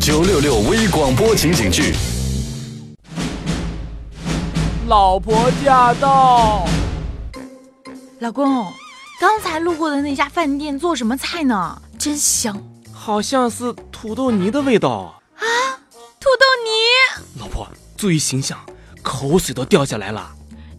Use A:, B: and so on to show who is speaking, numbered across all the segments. A: 九六六微广播情景剧，
B: 老婆驾到！
C: 老公，刚才路过的那家饭店做什么菜呢？真香！
B: 好像是土豆泥的味道。
C: 土豆
B: 老婆，注意形象，口水都掉下来了。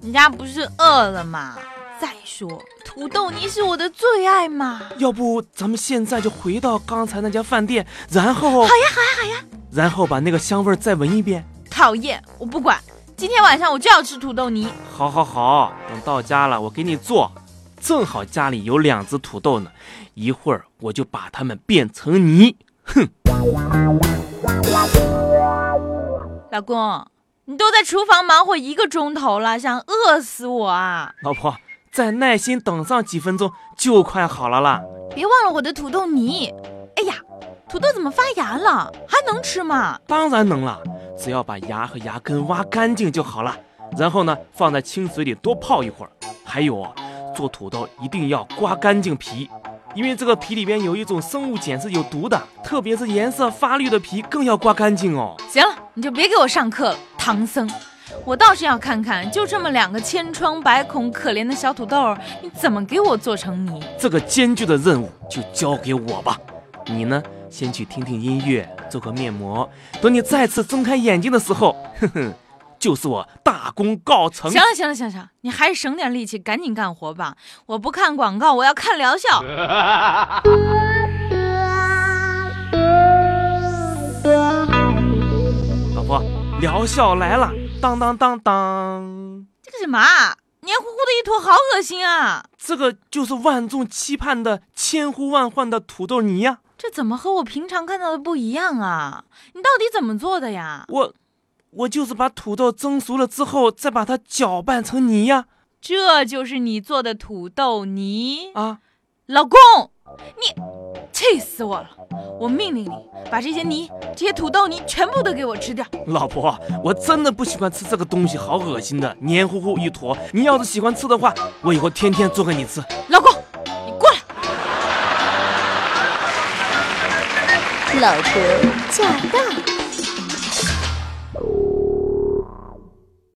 C: 泥，人家不是饿了吗？再说，土豆泥是我的最爱嘛。
B: 要不咱们现在就回到刚才那家饭店，然后……好
C: 呀，
B: 好呀，好呀。然后把那个香味儿再闻一遍。
C: 讨厌，我不管，今天晚上我就要吃土豆泥。
B: 好，好，好。等到家了，我给你做。正好家里有两只土豆呢，一会儿我就把它们变成泥。
C: 老公，你都在厨房忙活一个钟头了，想饿死我啊！
B: 老婆，再耐心等上几分钟，就快好了啦。
C: 别忘了我的土豆泥。哎呀，土豆怎么发芽了？还能吃吗？
B: 当然能了，只要把芽和芽根挖干净就好了。然后呢，放在清水里多泡一会儿。还有啊，做土豆一定要刮干净皮，因为这个皮里边有一种生物碱是有毒的，特别是颜色发绿的皮更要刮干净哦。
C: 行了，你就别给我上课了，唐僧。我倒是要看看，就这么两个千疮百孔、可怜的小土豆儿，你怎么给我做成泥？
B: 这个艰巨的任务就交给我吧。你呢，先去听听音乐，做个面膜。等你再次睁开眼睛的时候，哼哼，就是我大功告成
C: 行。了行了行了行了，你还是省点力气，赶紧干活吧。我不看广告，我要看疗效。
B: 老婆，疗效来了，当当当当，
C: 这个什么啊，黏糊糊的一坨，好恶心啊！
B: 这个就是万众期盼的、千呼万唤的土豆泥呀、
C: 这怎么和我平常看到的不一样啊？你到底怎么做的呀？
B: 我，我就是把土豆蒸熟了之后，再把它搅拌成泥呀、
C: 这就是你做的土豆泥，
B: 啊！
C: 老公，你气死我了！我命令你把这些泥、这些土豆泥全部都给我吃掉。
B: 老婆，我真的不喜欢吃这个东西，好恶心的，黏糊糊一坨。你要是喜欢吃的话，我以后天天做给你吃。
C: 老公，你过来。
D: 老婆驾到！